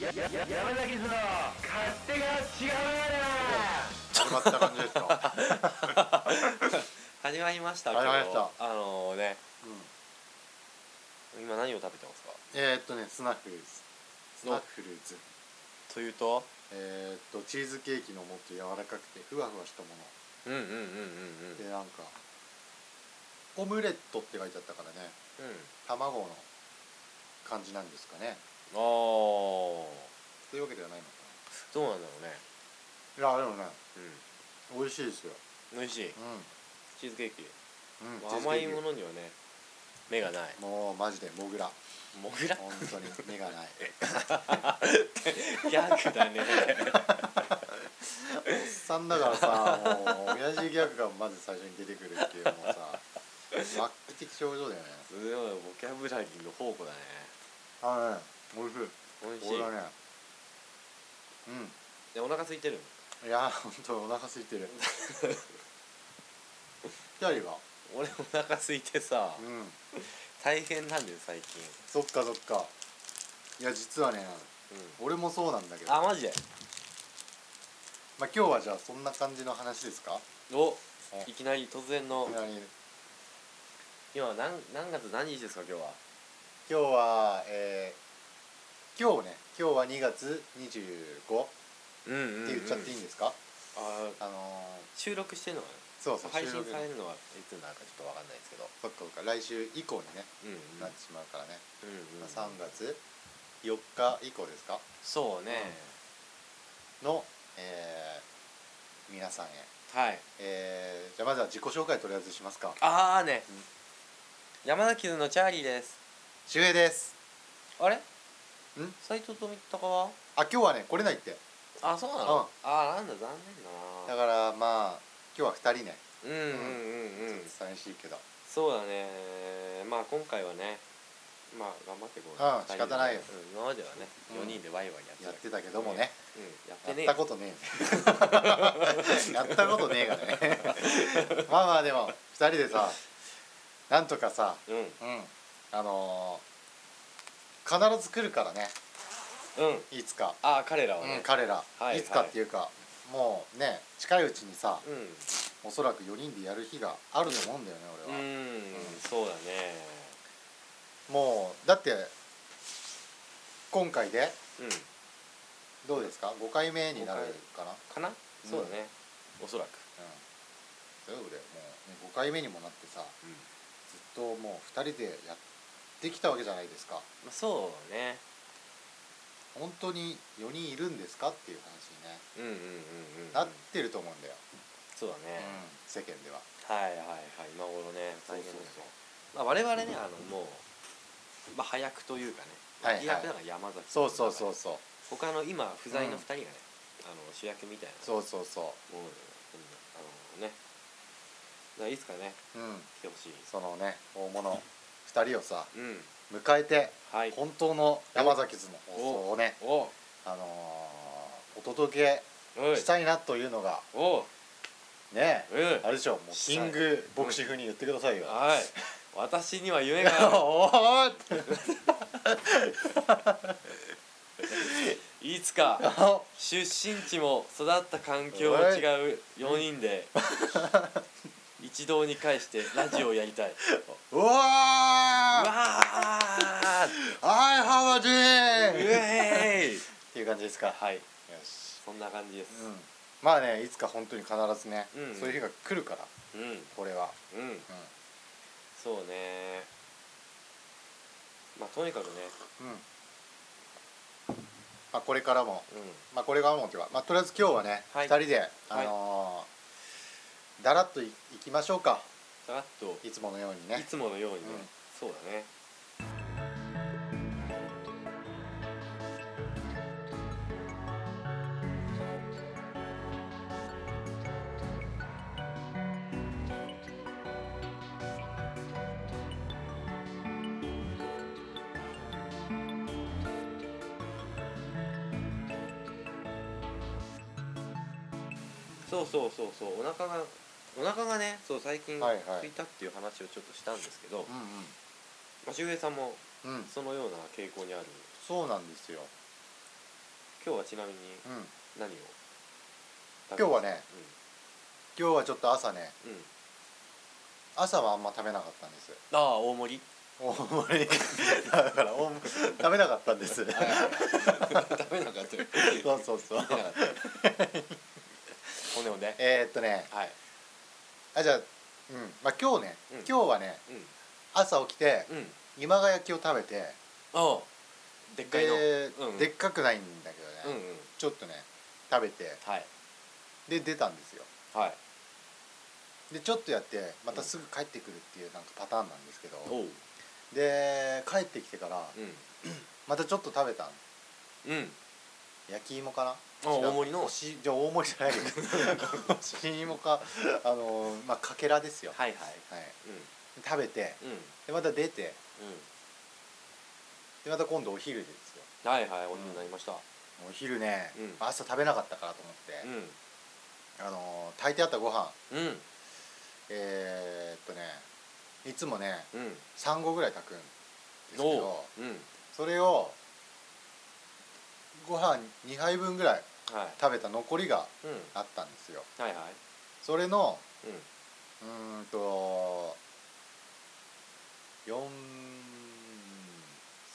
ややや山崎の勝手が違う始まった感じですか、始まりました始まりましたあのねうん、今何を食べてますか えー、っとねスナッフルーズスナッフルーズというとえー、っとチーズケーキのもっと柔らかくてふわふわしたもうんうんうんうんうんのでなんかオムレットって書いてあったからねうん卵の感じなんですかねああどというわけではないのうなんだろうねかないやでもね美味しいですようん美味しいチーズケーキうん、うん、甘いもののにはね目がないもうマジでモグラモグラ本当 に目がないギャグ だねおっさんだからさもう親父ギャグがまず最初に出てくるっていうもうさ末期的症状だよねすごいボキャブラリーの宝庫だねあのねおいしい美味しい俺はねでお腹空いてるうんいやーほんとお腹空い てるキャリーは俺お腹空いてさうん大変なんだよ最近そっかそっかいや実はねうん俺もそうなんだけどあまあマジで今日はじゃあそんな感じの話ですかおえいきなり突然のいきなり今何何月何日ですか今日は今日はえー、今日ね今日は2月25うんうんうんって言っちゃっていいんですか、あーあのー、収録してるのはそうそう配信収録されるのはいつになるかちょっとわかんないですけどそっかそっか来週以降にね、うんうんなってしまうからね、うんまうんあ3月4日以降ですかそうねの、えー皆さんへ、はいえーじゃあまずは自己紹介とりあえずしますかああねうん山崎のチャーリーです周平ですあれんん斎藤富高はあ今日はね来れないってあそうなうんのあーなんだ残だ念だなからまあ今日は2人ね、うんうんうんうんちょっと寂しいけどそうだねまあ今回はねまあ頑張ってこううん二人で仕方ないようん今まではねうん4人でワイワイややっっててたけどもね、うんやってやっねえよたことね えやったことねえがね まあまあでも2人でさなんとかさうんうんあのー必ず来るからねうんいつか、ああ彼らはうんね彼ら、はいい、つかっていうか、もうね近いうちにさうんおそらく4人でやる日があると思うんだよねう俺は、ーん、そうだねもうだって今回でうんどうですか5回目になるかな、うん、かな、うんそうだねおそらく、そうよ俺もう、ね、5回目にもなってさうんずっともう2人でやってきたわけじゃないですかまあ、そうだね本当に4人いるんですかっていう話にねうんうんうんうんなってると思うんだよ、そうだうんね、世間でははいはいはい今頃ねそう大そうそ変うですよまあ、我々ねあのもう、まあ、早くというかね、はいはい脇役だから山崎そうそうそうそう他の今不在の2人がね、あの主役みたいなそうそうそものであのねだからいつかねううん来てほしいそのね大物2人をさうん迎えてはい本当の山崎図の放送をねおあのーお届おけいしたいなというのがおうねうあんれでしょもうしたキいング牧師風に言ってくださいよ、はい私には夢があるおーって いつかあ出身地も育った環境も違う4人 で一堂に会してラジオをやりたい ううわーわーはいハマチーうっえーいていう感じですかよはいし、そんな感じですうん、まあねいつか本当に必ずね、うんそういう日が来るからうんうんこれは、そうねまあとにかくねうんうんまあ、これからもうんまあ、これがもうというか、まあ、とりあえず今日はね、は二い2人で、あのーだらっといいきましょうかさらっといつものようにいねつものようにねうんそうだねそうそうそうそうお腹がお腹がねそう最近はいはい空いたっていう話をちょっとしたんですけど、うまあ、周平さんもんうん、うん、そのような傾向にあるそうなんですよ今日はちなみにうん何を今日はね今日はちょっと朝ねうん、うん、朝はあんま食べなかったんですああ大 盛り大盛り だから大盛り食べなかったんです食べなか ったよそうそうそう食べなかったほんでほんでえー、っとねはいあじゃあうんまあ今日ね、うん今日はねう朝起きてんうん今川焼きを食べてああでっかいので,、うんでっかくないんだけどね、うんうんちょっとね食べてはいで出たんですよはいでちょっとやってまたすぐ帰ってくるっていうなんかパターンなんですけど、おうで帰ってきてからうまたちょっと食べたんんうん焼き芋かあな違う大盛りのおしじゃあ大盛りじゃないよ おし芋かあのまあかけらですよはいはいはいうん食べてうんでまた出てうでまた今度お昼ですよんはいはいおになりましたお昼ね、うん朝食べなかったからと思って、うあの炊いてあったご飯んうんえー、っとねいつもねうん3合ぐらい炊くんですけどおううんそれをご飯2杯分ぐらいはい食べた残りがうんあったんですよはいはいそれのううーんんと4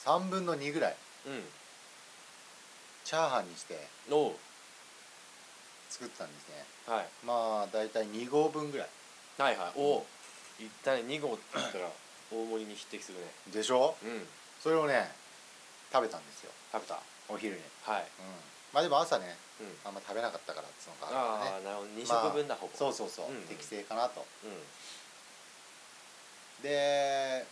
3分の2ぐらいうんチャーハンにしておう作ってたんですねはいまあ大体2合分ぐらいはいはいおう一体2合って言ったら大盛りに匹敵するねでしょうんそれをね食べたんですよ食べたお昼にうんはいまあでも朝ねうんあんま食べなかったからっつうのがあるからねああなるほど2食分だほぼそうそうそう、うんうん適正かなとうんで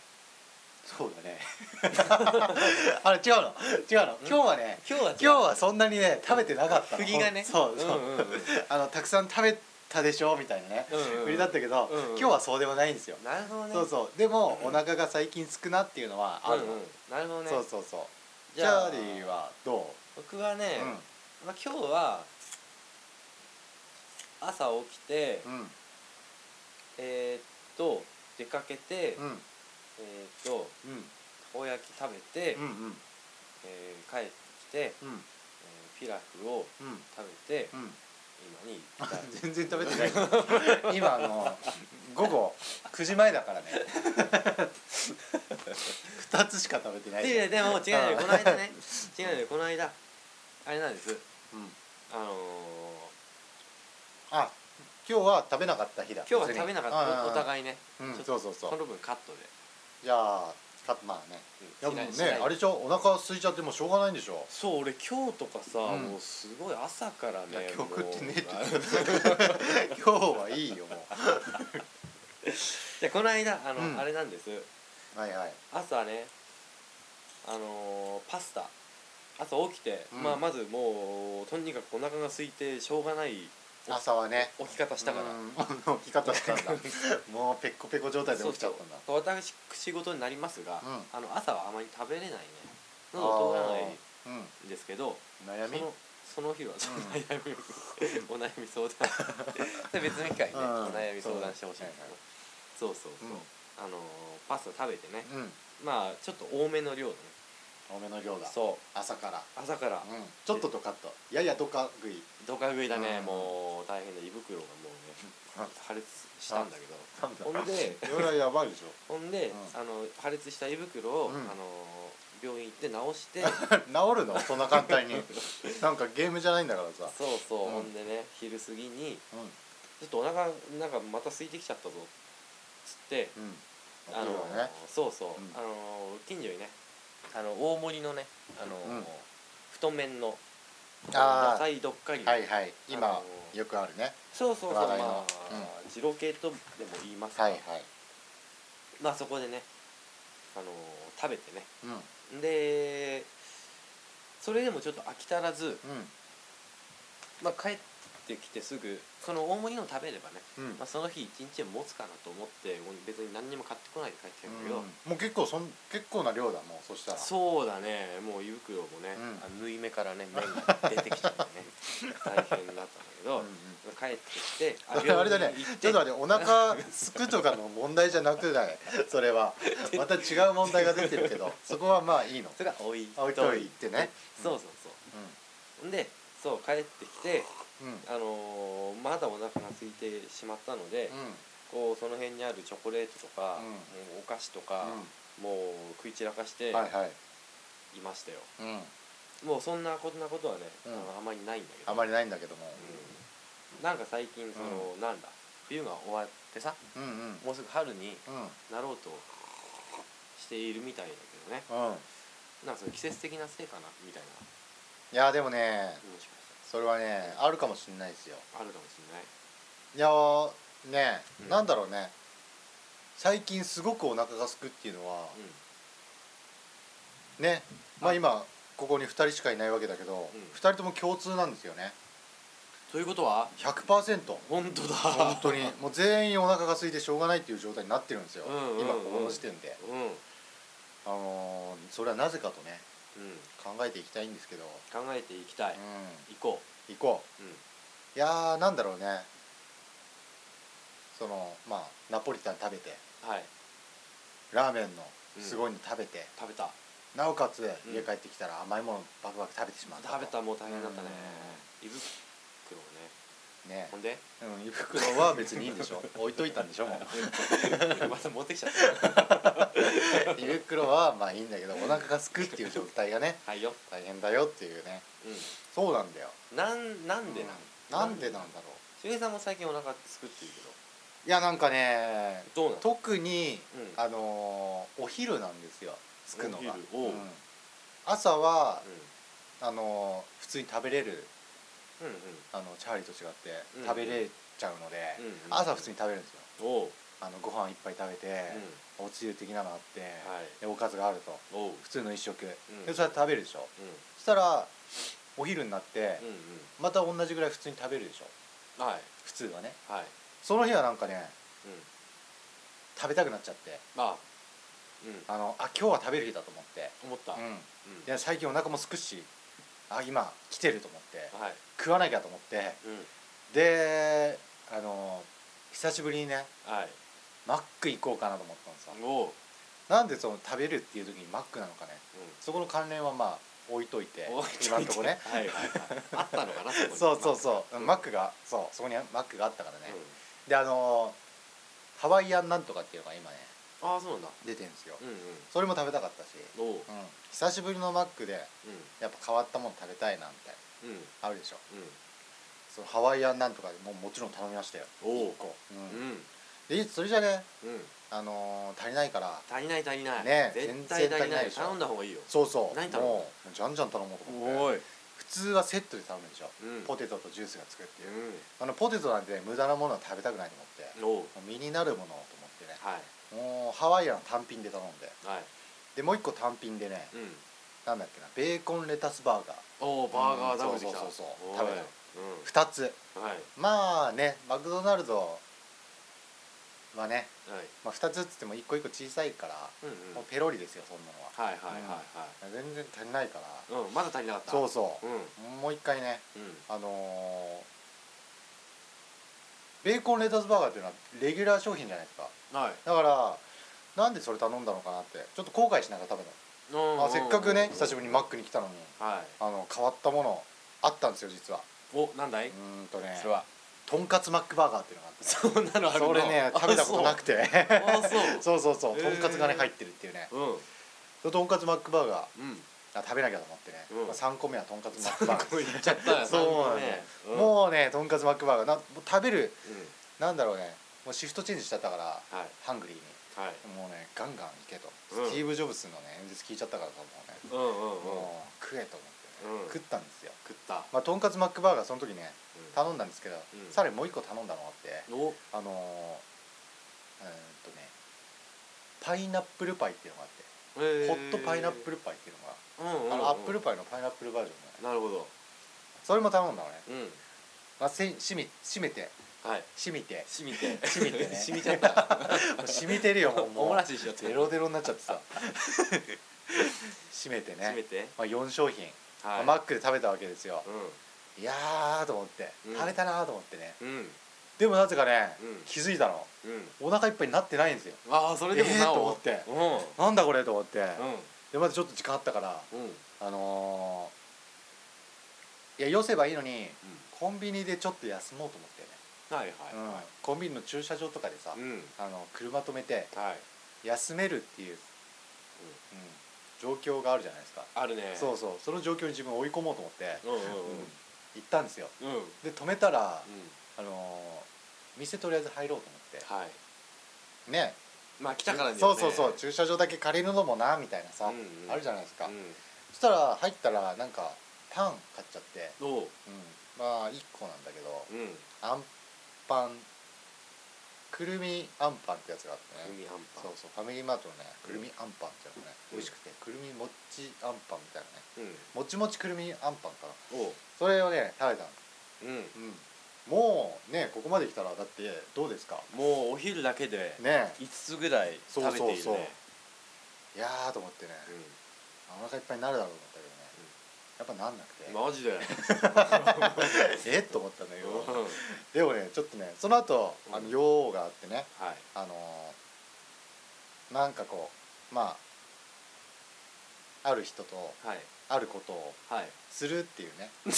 そうだね あれ違うの違うの今日はね今日は違今う日はそんなにね食べてなかったの振りがねそうそう、うんうんうんあのたくさん食べたでしょみたいなね、うんうんうん振りだったけど、うんうん今日はそうでもないんですよ、なるほどねそうそうでも、お腹が最近すくなっていうのはあるの、うんうんなるほどねそうそうそうチじャゃーあリーはど僕はねう、まあ今日は朝起きてうんうんえーっと出かけてうんうんえーっとたこ焼き食べてうんうんえー帰ってきてうんえーピラフをうん食べてうん今に至る全然食べてない今あの午後9時前だからね2つしか食べてないででも違うのよあーこの間ね違うのよこの間あれなんですうんあのーあ今日は食べなかった日だ今日は食べなかったおおい、互いねうんちょっとそうそうそそうの分カットでじゃあかまあねいやうんもうしないしなねいあれでしょお腹空いちゃってもうしょうがないんでしょそう俺今日とかさ、うんもうすごい朝からいやね今日食ってねえって言ってもう 今日はいいよもいやこの間あの、うんあれなんですうはいはい朝ねあのーパスタ朝起きて、うんまあまずもうとにかくお腹が空いてしょうがない朝はね起き方したから、ら起き方したん だもうペッコペコ状態で起きちゃったんだそうそう私仕事になりますが、うんあの朝はあまり食べれないね喉通らないうんんですけど悩そみのその日はその悩みを、お悩み相談そ れ別の機会にね、うんお悩み相談してほしいんだけどそうそうそう、あのーパスタ食べてね、うんうんまあちょっと多めの量のね多めの量だそ朝からう朝からうんちょっとドカッとややドカ食いどか食いだね、うんもう大変だ胃袋がもうね破裂したんだけどほ んでそれはやばいでしょほんで、うんあの破裂した胃袋を、うんあの病院行って治して治るのそんな簡 単になんかゲームじゃないんだからさそうそう、うんほんでね昼過ぎにうんちょっとお腹なんかまた空いてきちゃったぞっつってうんあのそうだねそうそう、うんあの近所にねあの大盛りのねあの、うん太麺のあー野菜どっかりのはいはいあ今のよくあるねそうそうそうま話題のあ、二郎系とでも言いますが、はいはいまあそこでねあのー食べてねうんうんでそれでもちょっと飽き足らず、まあ、帰ってきてすぐその大盛りのを食べればね、うんまあ、その日一日持つかなと思って別に何にも買ってこないで帰ってたんだけど、もう結構そん結構な量だもうそしたらそうだねもう胃袋もね、うんあの縫い目からね麺が出てきたんでね 大変だったんだけど、うんうん帰ってき てだからあれだね病院行ちょっと待ってお腹すくとかの問題じゃなく ないそれはまた違う 問題が出てるけどそこはまあいいのそれが置い置いといてねそうそうそううんんでそう帰ってきて、うんうんあのーまだお腹が空いてしまったので、こうその辺にあるチョコレートとか、うんもうお菓子とか、もう食い散らかしてういんはいはいましたよ、うんもうそんなことなことはね、うんあのあまりないんだけどあまりないんだけどもうんなんか最近その、なんだ冬が終わってさうんうんうんもうすぐ春にうんなろうとしているみたいだけどねなんかその季節的なせいかなみたいないやでもね気もしましそれはねあるかもしれないですよたあるかもしれないいやーねうんなんだろうね最近すごくお腹が空くっていうのはうんねまああ今ここに2人しかいないわけだけどうん2人とも共通なんですよねということは100%本当だ本 当にもう全員お腹が空いてしょうがないっていう状態になってるんですよ、うんうんうん今この時点で、うんうんあのーそれはなぜかとね考えていきたいんですけど、考えていきたい、う行こん、行こう、うん、ういやーなんだろうねそのまあナポリタン食べてはいラーメンのすごいの食べて、食べたなおかつうん家帰ってきたら甘いものバクバク食べてしまったと食べたもう大変だったね胃袋ねねほん でうん胃袋は別にいいんでし ょ置いといたんでしょもうまた持ってきちゃった胃袋はまあいいんだけどお腹がすくっていう状態がねはいよ、大変だよっていうねうそうなんだよん、なんなんでななんんでなんだろしげさんも最近お腹すくってるういやなんかねけどどうなの特に、うんあのーお昼なんですよつくのがお昼おううん朝はう、んあのー普通に食べれるうんあのチャーリーと違ってうん食べれちゃうので、うんうん朝普通に食べるんですようんおうあのご飯いっぱい食べて、おつゆ的なのあって、はいでおかずがあるとおう普通の一食、んでそれは食べるでしょうんそしたらお昼になって、うんまた同じぐらい普通に食べるでしょうんはい普通はねはいその日はなんかねうん食べたくなっちゃってあうんあのあ今日は食べる日だと思って、思ったうんうん、いや最近お腹もすくしあ今来てると思ってはい食わなきゃと思ってうんであの久しぶりにねはいマック行こうかなと思ったんですよおうなんでその食べるっていう時にマックなのかねうんそこの関連はまあ置いといて置いといて今んとこねはいはいはいあったのかな そうそうそううんマックがそうそこにマックがあったからねうんであのハワイアンなんとかっていうのが今ねああそうなんだ出てるんですようんうんそれも食べたかったし、おううん、久しぶりのマックでうやっぱ変わったもの食べたいなみたいんうなんあるでしょうんそのハワイアンなんとかでもうもちろん頼みましたよおうこう、う、うんんでそれじゃねうんあのー足りないから足りない足りないねえ絶対全然足足りりなないでいしょ頼んだ方がいいよそうそう何頼むもうじゃんじゃん頼もうと思ってい普通はセットで頼むでしょ、うんポテトとジュースがつくっていう、うあのポテトなんてね無駄なものは食べたくないと思ってんおう身になるものをと思ってねはいもうハワイアン単品で頼んではいでもう一個単品でねうんなんだっけなベーコンレタスバーガーおおバーガーダブルできたそうそうそうおい食べたう2つんはいまあねマクドナルドはね、はいまあ、2つっつっても1個1個小さいから、うんうんもうペロリですよそんなのははいはいはい全然足りないから、はいうんまだ足りなかったそうそううんもう一回ねうんあのーベーコンレタスバーガーっていうのはレギュラー商品じゃないですかはいだからなんでそれ頼んだのかなってちょっと後悔しながら食べたのあせっかくね久しぶりにマックに来たのにクはいあの変わったものあったんですよ実はおなんだういーんとねそれはとんかつマックバーガーっていうのがあって そんなのあるのそれね食べたことなくててあそ うそうそうそうへとーんかつがね入ってるっていうねうんそのとんかつマックバーガーうんあ食べなきゃと思ってね、うんまあ、3個目はとんかつマックバー これ言っちゃったガー よそうなんだよねんもうねとんかつマックバーガーなもう食べるうんなんだろうねもうシフトチェンジしちゃったからはいハングリーにはいもうねガンガン行けと、うんスティーブ・ジョブズのね演説聞いちゃったからさもうね、うんうんうんもう食えと思ってね、うん食ったんですよ食ったまあとんかつマックバーガーその時ねうん頼んだんですけど、んさらにもう一個頼んだのがあっておあのー、うーんとねパイナップルパイっていうのがあってホホッットパイナップルパイっていうのが、うんうんうんあのアップルパイのパイナップルバージョンのねなるほどそれも頼んだのね、うんまあ、せしみしめてはいしみ て染みて染 みてね染みちゃったもうしみてるよもうおも もうらししちゃってデロデロになっちゃってさしめて染めね、てまあ、4商品、はいまあマックで食べたわけですよういやーと思って、うん食べたなーと思ってねんうんでもなぜかね、うん気づいたのうんお腹いっぱいになってないんですよああそれでもえーなおと思ってうなんだこれと思って、んうんでまだちょっと時間あったからうんあのいや寄せばいいのに、コンビニでちょっと休もうと思ってね、はいうんはコンビニの駐車場とかでさ、いうんあの車止めてはい休めるっていう、うん状況があるじゃないですか、あるねそうそうその状況に自分を追い込もうと思って、うんうんうん行ったんですようんうんうんで止めたら、あのー店とりあえず入ろうと思ってはいねまあ来たからにはねそうそうそう駐車場だけ借りるのもなみたいなさ、うんうんあるじゃないですか、うんそしたら入ったらなんかパン買っちゃって、うおうんまあ1個なんだけど、うんあんパンくるみあんパンってやつがあってね海半そう端そうファミリーマートのねくるみあんパンってやつね、う美ん味しくてくるみもっちあんパンみたいなねうんもちもちくるみあんパンかなおうそれをね食べたの、うんうん、もうねここまで来たらだってどうですかもうお昼だけでね5つぐらい食べているねそうそうそういやーと思ってね、お腹いっぱいになるだろうと思ったけどねやっぱなんなくてうんマジで えっと思ったんだけうんどでもねちょっとねその後あの用があってねはいあのーなんかこうまあある人とはいあることをはいするっていう ね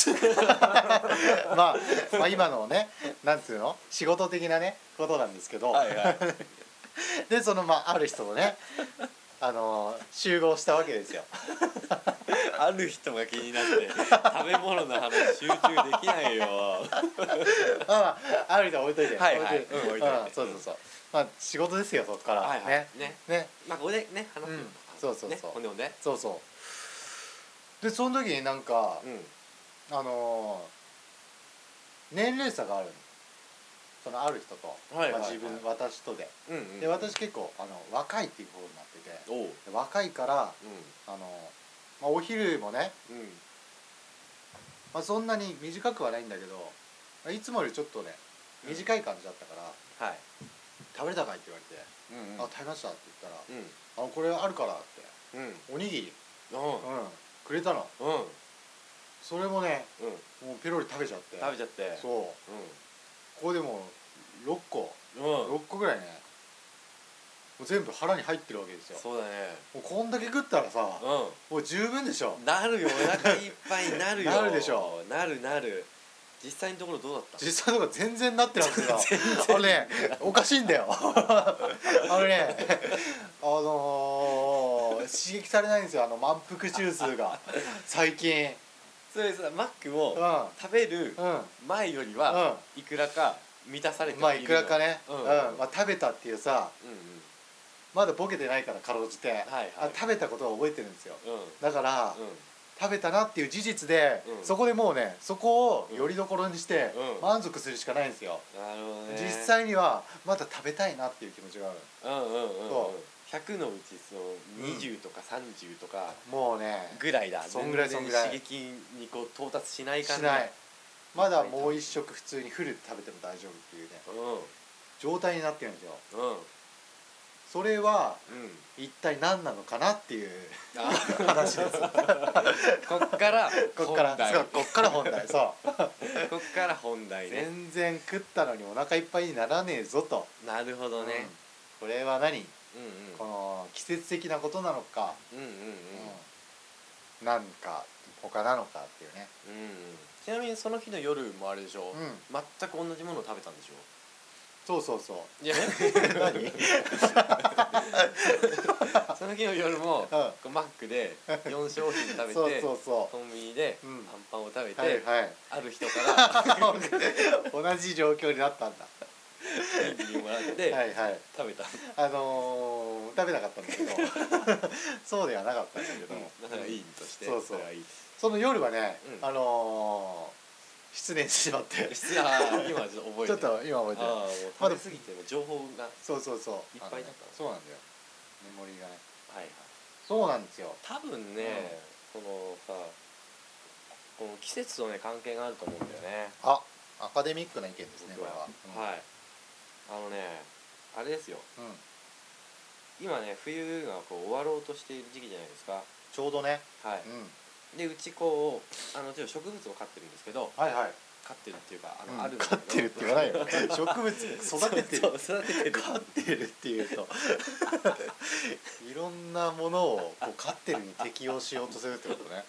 まあ、まあ今のねなんていうの仕事的なねことなんですけど、はいはいでそのまあある人と ねあのー集合したわけですよ。ある人が気になって食べ物の話集中できないよまあ、まあ、ある人は置いといてはいはい置いといてうん置いといてうんそうそうそうまあ仕事ですよそこから、はいはいねねねまあここでね話すようんそうそうそうねほんでほんでそうそうでその時になんか、うんあのー年齢差があるのそのある人と、はいまはいはあ、い自分私とでうんうんで私結構あの若いっていう方になってておうで若いからうあの、まあ、お昼もね、んうんまあ、そんなに短くはないんだけどまあいつもよりちょっとね短い感じだったからはい「食べたかい?」って言われて「うんあ食べました」って言ったら「うんあこれあるから」ってうんおにぎり、うんうん、くれたのうんうんそれもねもうペロリ食べちゃって食べちゃってそうここでもう6個うんうん6個ぐらいねもう全部腹に入ってるわけですよそうだねもうこんだけ食ったらさうもう十分でしょんなるよお腹いっぱいに なるよなるでしょなるなる実際のところどうだった実際とか全然なってなくてさあれねおかしいんだ よあれねあのー、刺激されないんですよあの満腹ジュースが最近それさマックうをんう食べるん前よりはいくらか満たされてまあいくらかね、ううんんまあ、食べたっていうさうんまだボケてないからかろうじて、はいはいあ食べたことは覚えてるんですようんうんだから、うん食べたなっていう事実で、うんそこでもうねそこをよりどころにしてうん満足するしかないんですよ、なるほどね実際にはまだ食べたいなっていう気持ちがあるうんうんうんうんそ100のうちその20とか30とかもうねぐらいだ、そんぐらい全然そんぐらい刺激にこう到達しないし感じないまだもう一食普通にフルで食べても大丈夫っていうねう状態になってるんですよんうんそれはうん一体何なのかなって いうあ話ですこっからこっから本題そうこっから本題そう こっから本題ね全然食ったのにお腹いっぱいにならねえぞと、なるほどね、うんこれは何うん、この季節的なことなのかうんうんうんうんなんか他なのかっていうね、うんうんうんちなみにその日の夜もあれでしょ、うん、全く同じものを食べたんでしょそうそうそういや 何うんその日の夜もうんこうマックで4商品食べてそうそうそコンビニでうんアンパンを食べて、うはいは いある人から同じ状況になったんだおにぎりもらってはいはい食べた、あのー、食べなかったんだけど そうではなかったんだけど、だからいいとしてそうそうれはいいその夜はね、うんあのー、失念してしまっていや今ちょっと覚えてるちょっと今覚えてるああもう食べ過ぎてもう情報がはそうそうそういっぱいだったのあのねそうなんだよメモリーがねいはいそうなんですよ多分ね、このさこの季節とね関係があると思うんだよねあアカデミックな意見ですねこ僕れはは、はいあのねあれですようんうん、今ね冬がこう終わろうとしている時期じゃないですかちょうどね、はいうん、でうちこうあのちょっと植物を飼ってるんですけどはいはい飼ってるっていうかあの、ああるるんだけ飼どってるって言わ ないよ植物育ててるそうそう育て てる飼ってるっていうと いろんなものをこう飼ってるに適応しようとするってことね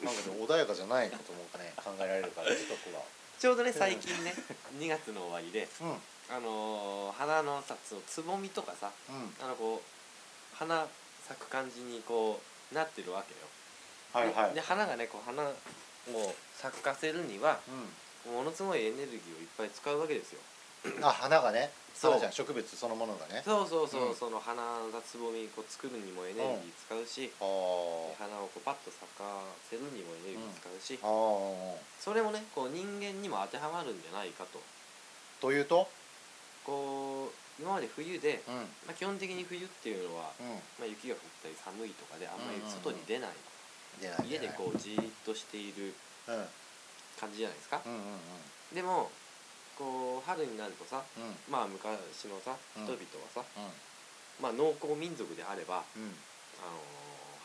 なんかね穏やかじゃないこともね考えられるからちょっとこちょうどね最近ね2月の終わりでこはあのー花のさそのつぼみとかさうんうんあのこう花咲く感じにこうなってるわけよはいはいでで花がねこう花を咲かせるにはうものすごいエネルギーをいっぱい使うわけですよんあ花がねそう花じゃん植物そのものがねそうそうそう、うんその花がつぼみこう作るにもエネルギー使うし、あー花をこうパッと咲かせるにもエネルギー使うし、あーそれもねこう人間にも当てはまるんじゃないかとというとこう今まで冬で、うんうんまあ、基本的に冬っていうのは、まあ、雪が降ったり寒いとかであんまり外に出ない、出ない家でこうじーっとしているう、うん、うん感じじゃないですか、うんうんでもこう春になるとさうんまあ昔のさうん人々はさ、うんまあ農耕民族であれば、うんあの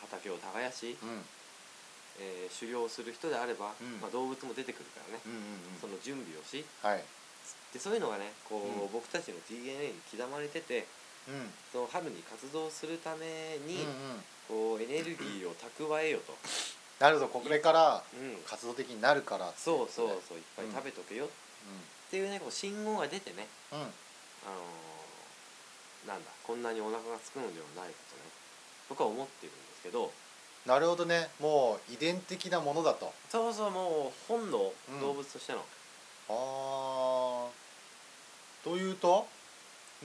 ー畑を耕し、うんえー狩猟する人であれば、うんまあ、動物も出てくるからね、うんその準備をしはいでそういうのがねこう、うん僕たちの DNA に刻まれててうんうんその春に活動するために、うんこうエネルギーを蓄えよと、なるほどこれからうん、活動的になるからそうそうそういっぱい食べとけよっうていうねこう信号が出てね、んうんあのーなんだこんなにお腹が空くのではないかとね僕は思ってるんですけどなるほどねもう遺伝的なものだとそうそうもう本能うん動物としての、あーというと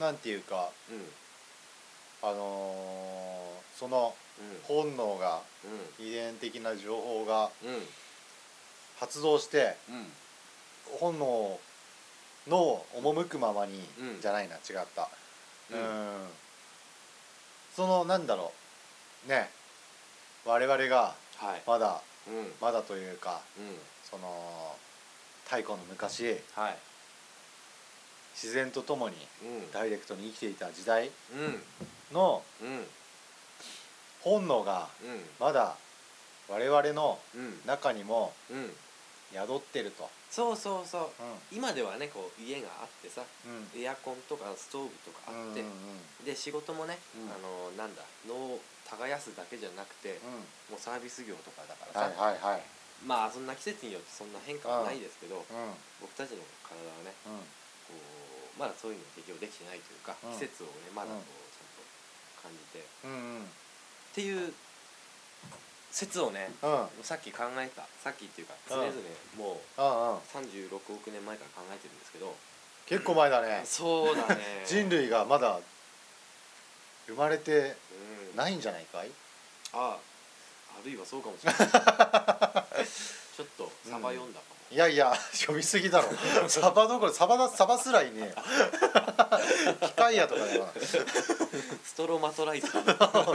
なんていうかうんうんあのーその本能が遺伝的な情報がうん発動してうん本能の赴くままに、うんじゃないな違ったううんんそのなんだろうね我々がはいまだうんうんまだというかその太古の昔はい自然とともにうんダイレクトに生きていた時代うんのうん本能がうんまだ我々のうん中にもうん宿ってると。そうそうそうう今ではねこう家があってさんうんエアコンとかストーブとかあって、うんで仕事もね、うんあのなんだ農を耕すだけじゃなくて、うんもうサービス業とかだからはいさ、はいはい。まあそんな季節によってそんな変化はないですけど、うん僕たちの体はねうんこうまだそういうのに適応できてないというか、うん季節をねまだうこうんちゃんと感じて、っうんうんていう説をねうんうんさっき考えたさっきっていうかう常ん々もううん36億年前から考えてるんですけど、結構前だね。そうだ ね人類がまだ生まれてうん、ないんじゃないかい？ああるいはそうかも しれないちょっとサバ読んだかも、いやいや 読みすぎだろ。サバどころサバだサバすらいねえよ。機械やとかだよ。ストロマトライ ザー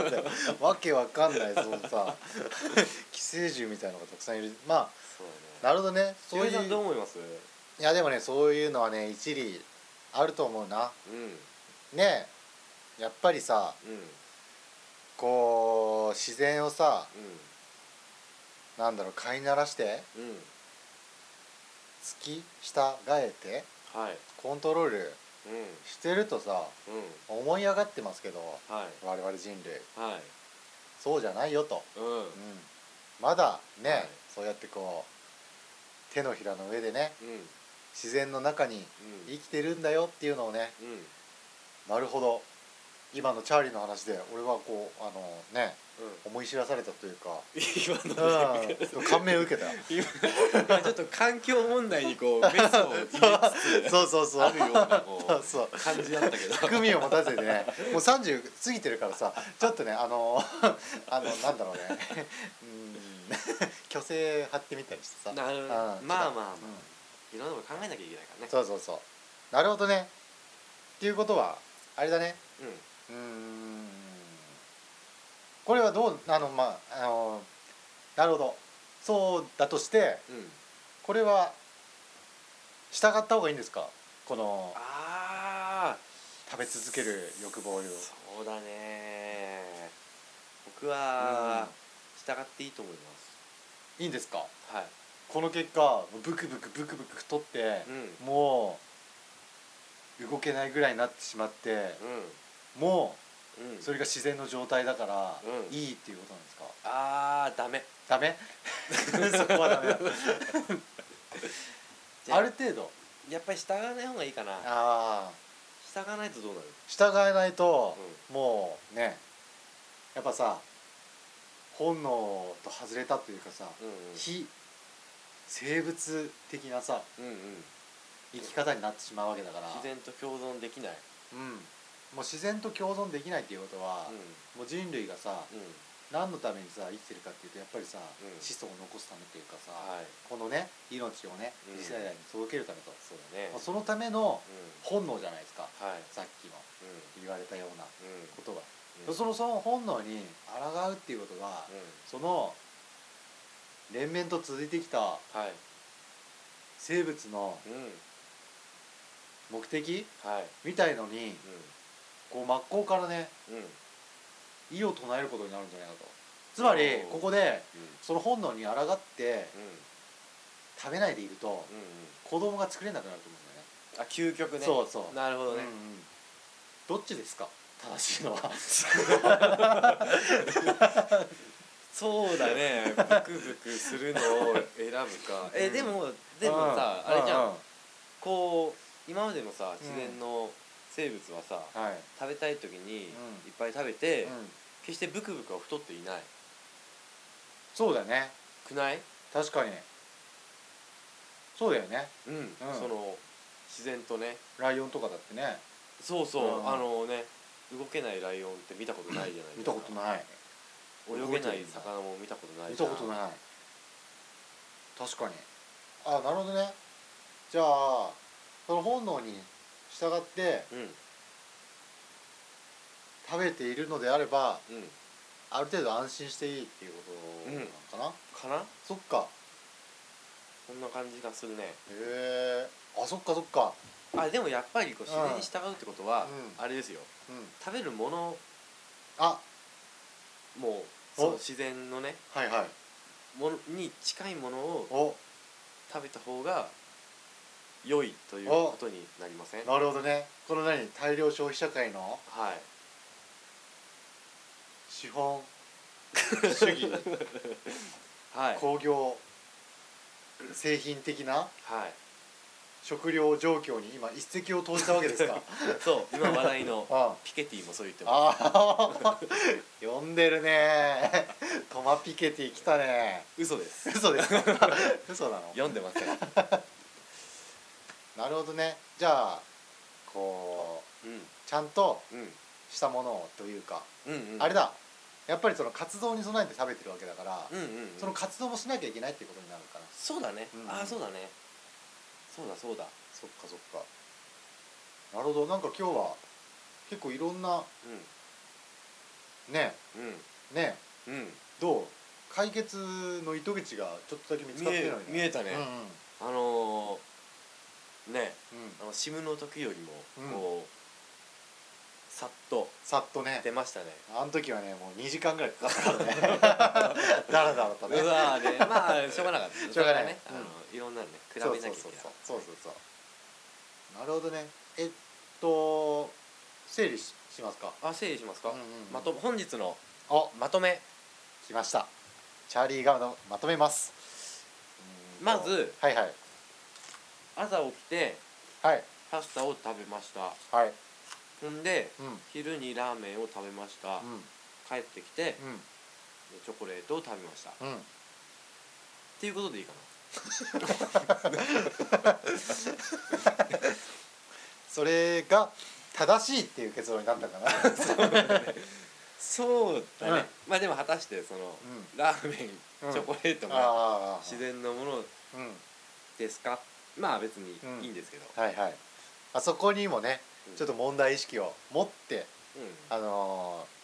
なんだよわけわかんないそのさ寄生獣みたいのがたくさんいる。まそうあなだねるほどね。そそうういいうさんどうう思いますいやでもねそういうのはね一理あると思うな。うんうんねえやっぱりさこう自然をさなんだろう飼いならしてうんうん突き従えてはいコントロールうんしてるとさうん思い上がってますけどはい我々人類はいそうじゃないよと、うんうんうん、まだね、はいそうやってこう手のひらの上でねうん自然の中に生きてるんだよっていうのをねうんなるほど今のチャーリーの話で俺はこうあのねうん思い知らされたというか、今のうん、感銘を受けた今ちょっと環境問題にこうメスを入れつつそうそうそうあるようなこ そううそう感じだ ったけど含みを持たせてねもう30過ぎてるからさちょっとねあのあのなんだろうね うん虚勢張ってみたりしてさなうるほどんまあまあまあういろんなこと考えなきゃいけないからんねそうそうそうなるほどねっていうことはあれだねうんうーんこれはどうあのまああのなるほどそうだとしてうんこれは従った方がいいんですかこのああ食べ続ける欲望をそうだね僕は従っていいと思いますいいんですかはいこの結果ブクブクブクブク太ってう、んもう動けないぐらいになってしまって、うんもうんうそれが自然の状態だから、うんいいっていうことなんですか ああダメダメそこはダメだ じゃあある程度やっぱり従わない方がいいかなああ従わないとどうなる従えないと、もうねやっぱさ本能と外れたというかさ、うん非生物的なさうんうんうん生き方になってしまうわけだから自然と共存できないうん、もう自然と共存できないっていうことは、うもう人類がさんうん何のためにさ生きてるかっていうとやっぱりさ、うん子孫を残すためっていうかさ、はいこのね命をねうん次世代に届けるためと、そうだねまあそのためのう本能じゃないですかんはいさっきのうん言われたようなうんことが、うんそのその本能に抗うっていうことは、うその連綿と続いてきたんはい生物のうん目的はいみたいのにこう真っ向からねうんうん異を唱えることになるんじゃないかとつまりおーここでうんその本能に抗ってうん食べないでいるとうんうん子供が作れなくなると思うんだよねあ究極ねそうそうなるほどね、うんうんどっちですか正しいのはそうだねブクブクするのを選 ぶかえ、うんでもでもさ、うあれじゃん、うこう今までのさ自然の生物はさ、はい、食べたい時にいっうんぱい食べて、うん決してブクブクは太っていないそうだねくない確かにそうだよねうん、その自然とねライオンとかだってねそうそう、うんあのね動けないライオンって見たことないじゃない見たこといない泳げない魚も見たことない見たこといない確かにあなるほどねじゃあその本能に従ってうん食べているのであればうんある程度安心していいっていうことなのかな、かなそっかこんな感じがするねへえあそっかそっかあでもやっぱりこう自然に従うってことは、うあれですようん食べるものあもおその自然のねはいはいものに近いものをお食べた方が良いということになりませんはなるほどねこの何大量消費社会のい資本主義 はいはい工業製品的な食料状況に今一石を投じたわけです かそう今話題のあピケティもそう言ってますああ ー呼んでるねトマピケティ来たね嘘です嘘です か嘘なの読んでませんうんなるほどねじゃあこうちゃんとうんしたものをというか、うんうんあれだやっぱりその活動に備えて食べてるわけだから、うんうんうんその活動もしなきゃいけないっていうことになるのかなそうだねうんああそうだねそうだそうだそっかそっかなるほどなんか今日は結構いろんなねうねんうんうんどう解決の糸口がちょっとだけ見つ見かってるえのに見えたねうんあのーねうん、うんあのシムの時よりもうんこうさっとさっとね出ましたねあの時はねもう2時間ぐらいかかった からねだらだらとねうわーねまあしょうがなかった しょうがないねあのいろんなのね比べなきゃいけないそうそうそうそうそうそうそうなるほどねえっと整理ししますかあ整理しますかうんうんうんまと本日のあまとめ来ましたチャーリー・ガムのまとめますうーんまずはいはい朝起きてはいパスタを食べましたはいほんでうんうん昼にラーメンを食べました帰ってきてチョコレートを食べましたっうんうんていうことでいいかそれが正しいっていう結論になった かななそうだうんねまあでも果たしてそのうラーメンうんチョコレートがああ自然のものうんですかまあ別にいいんですけどはいはいあそこにもねちょっと問題意識を持ってうんあのー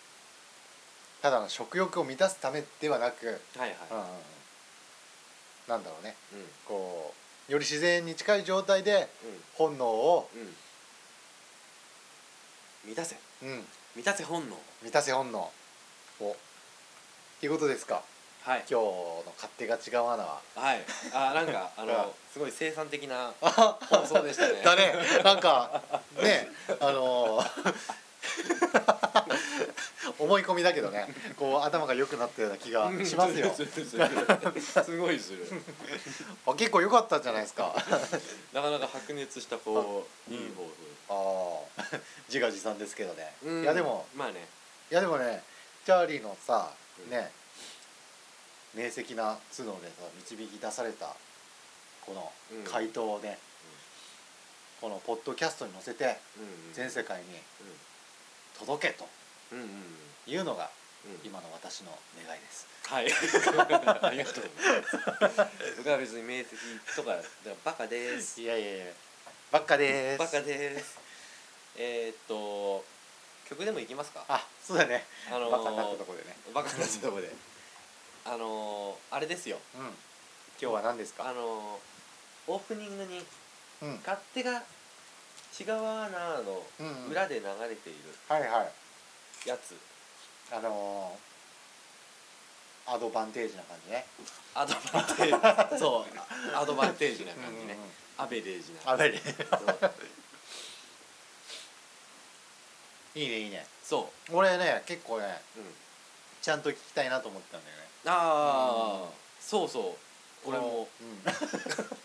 ただの食欲を満たすためではなく、はいはいうんうんうんなんだろうねうんこうより自然に近い状態で本能を、うんうん満たせうん、満たせ本能満たせ本能をっていうことですかはい今日の勝手が違うアナははいあなん かあうんのすごい生産的な放送でしたねだねなんかねあのー思い込みだけどねこう頭が良くなったような気がしますよするするするすごいするあ結構良かったんじゃないですかあなかなか白熱したこういい方あ 自画自賛ですけどね、法、うんいやでもまあねいやでもねチャーリーのさうんね明晰な頭脳でさ導き出されたこのうん回答をね、このポッドキャストに載せてうんうん全世界に届けとうんうんうんいうのがうん今の私の願いです。はい ありがとうございます僕は別に明晰とかだからバカですいやいやいやばっかでーす。バカですえーっと曲でもいきますかあそうだね、あのーバカになったとこでね。バカなとこであのーあれですようん今日は何ですあか、のーオープニングにうん、うん「勝手が違わな」のうん裏で流れているはいはいやつあのーアドバンテージな感じね。アドバンテ ージそうあアドバンテージな感うんうじねんうんアベレージなあれれそういいねいいね。そ俺ね結構ねう、うん、ちゃんと聞きたいなと思ったんだよねああそうそう俺こものうん聞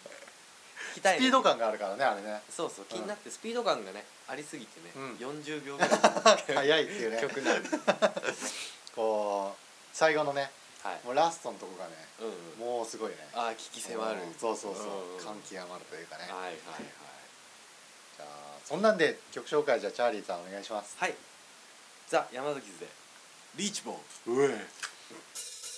きたい スねピード感があるからねあれ ねそうそう気になってスピード感がねありすぎてね、うん40秒ぐらい 早いっていうね曲 なんでこう最後のねはい、もうラストのとこがねうんうん、もうすごいねああ聞き迫るうんそうそうそううん感極まるというかねはいはいはいじゃあそんなんで曲紹介じゃあチャーリーさんお願いし ますはいザ・山崎図でリーチボーうルえ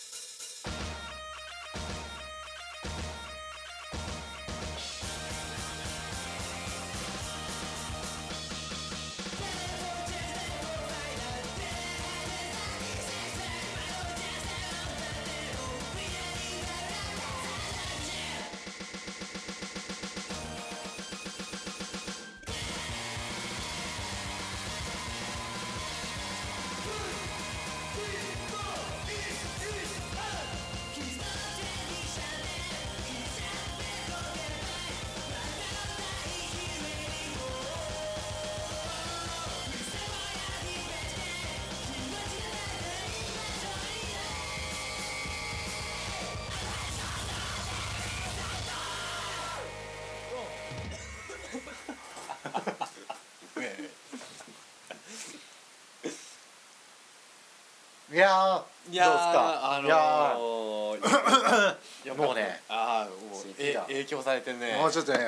いやーいやどうっすかーあいやのー、いやもうねああもう刺激えだ影響されてんねーもうちょっとね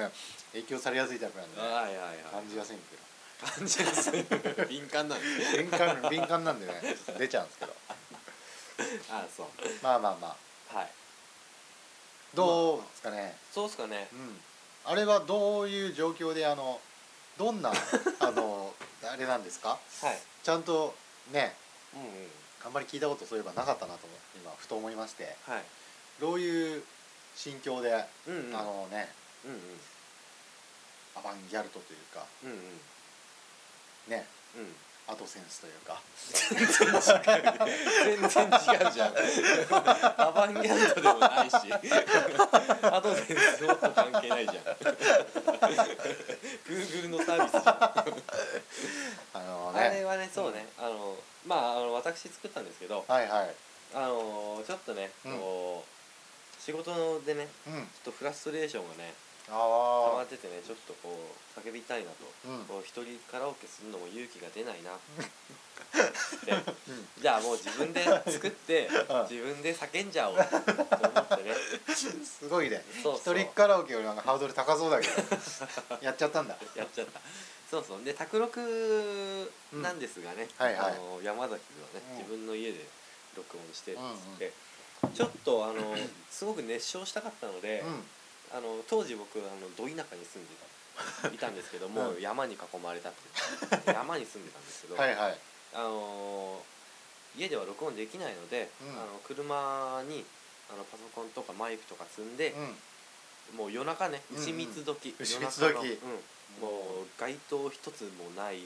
影響されやすいタイプなんでねはいはいはい感じやすいんだけど感じです 敏感なんですね敏感 敏感なんでねちょっと出ちゃうんですけどああそうまあまあまあはいどうですかねそうっすかねうんあれはどういう状況であのど んなあのあれなんですかはいちゃんとねうんうんあんまり聞いたことそういえばなかったなと思って今ふと思いましてはいどういう心境で、うんうんあのねうんうんアバンギャルトというかうんうんねうんアドセンスというか全然違うじゃんアバンギャルドでもないしアドセンスも関係ないじゃん Google のサービスじゃんあのあれねはねそうね、あのまああの私作ったんですけどはいはいあのちょっとね、うんこう仕事でねうんちょっとフラストレーションがね溜まあっててねちょっとこう叫びたいなと、ーうんこう一人カラオケするのも勇気が出ない なってじゃあもう自分で作ってうん自分で叫んじゃおうと思ってねすごいねそうそ一う人カラオケよりなんかハードル高そうだ けどやっちゃったんだやっちゃったそうそうで卓録なんですがね、うんはいはいあの山崎ではね、うん自分の家で録音してっつって、うちょっとあのすごく熱唱したかったので、うんあの当時僕あのど田舎に住んでたいたんですけども、うん山に囲まれたって いう山に住んでたんですけど、はいはいあの家では録音できないので、うんあの車にあのパソコンとかマイクとか積んで、うんもう夜中ねうんうん牛蜜時、牛夜蜜時中のうん、もう街灯一つもない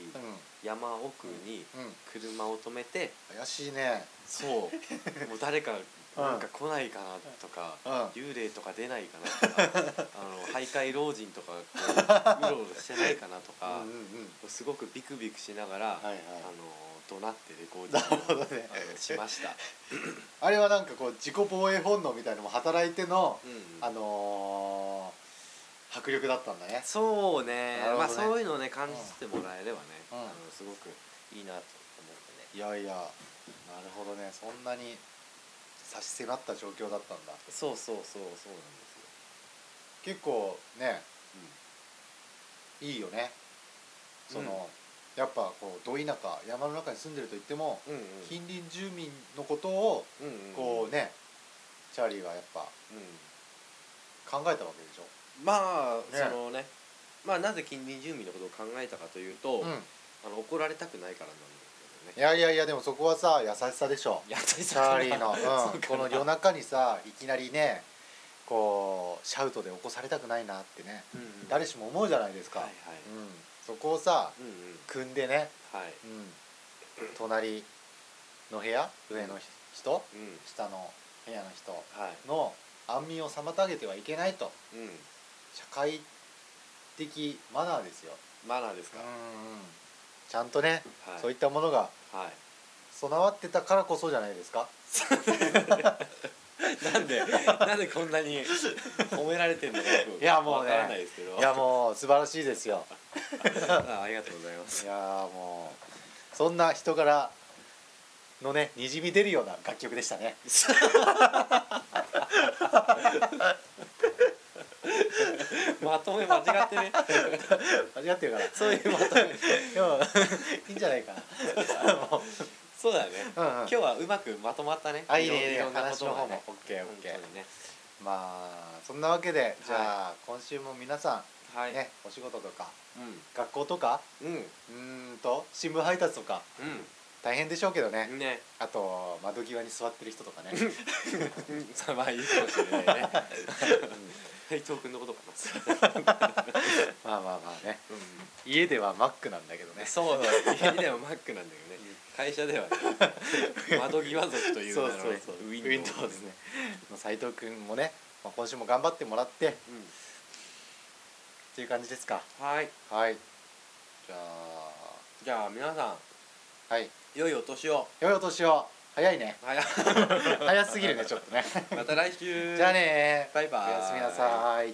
山奥にうんうん車を止めて、怪しいねそう もう誰かなんか来ないかなとか、うん幽霊とか出ないかなと かあの徘徊老人とかこううろうろしてないかなとかうんうんうんすごくビクビクしながら、はいはいあの怒鳴ってレコーデなィるンほグをどねあのしました、あれはなんかこう自己防衛本能みたいのも働いてのうんあのー迫力だったんだねそうねなるほどねまあそういうのをね感じてもらえればね、うんあのすごくいいなと思っいてねやいやなるほどねそんなに差し迫った状況だったんだそうそうそうそうなんですよ結構ねいいよねその、やっぱこうど田舎山の中に住んでると言っても、うんうん近隣住民のことをうんうんうんこうね、チャーリーはやっぱう考えたわけでしょんまあ、ねそのねまあなぜ近隣住民のことを考えたかというと、うんあの怒られたくないからなんだけいどねやいやいやでもそこはさ優しさでしょやったりチャーリーの、 そうん、うかこの夜中にさいきなりねこうシャウトで起こされたくないなってね、うんうん誰しも思うじゃないですか、はいはいうん、そこをさうんうん組んでね、はいうん、隣の部屋上の人うん下の部屋の人はいの安眠を妨げてはいけないとうん社会的マナーですよ、マナーですか、ちゃんとね、はいそういったものがはい備わってたからこそじゃないですかなんでなんでこんなに褒められてんのかよくいやもうねわからないですけどいやもう素晴らしいです よあありがとうございますいやもうそんな人柄のねにじみ出るような楽曲でしたねまとめ間違ってね間違ってるからそういうまとめでも いいんじゃないか なもうそうだね、うんうん今日はうまくまとまったねあいいねいいいねろんなこ話とのが方ねも OKOK、本当にねまあそんなわけでじゃあ、今週も皆さはんい、ねお仕事とか学校とかうんうんうーんと新聞配達とか大変でしょうけどね、うんねあと窓際に座ってる人とかねさあまあいいかもしれないね斉藤君のことかな まあまあまあね家ではマックなんだけどねそう家ではマックなんだけどね会社 ではね窓際族という名そのうねそうそうウィン Windows ねドウですね斉藤君もね、まあ、今週も頑張ってもらってっていう感じですかうんはいはいじゃじゃあ皆さあはいん良いお年を良いお年を早いねはや早すぎるねちょっとね また来週じゃあねバイバイおやすみなさい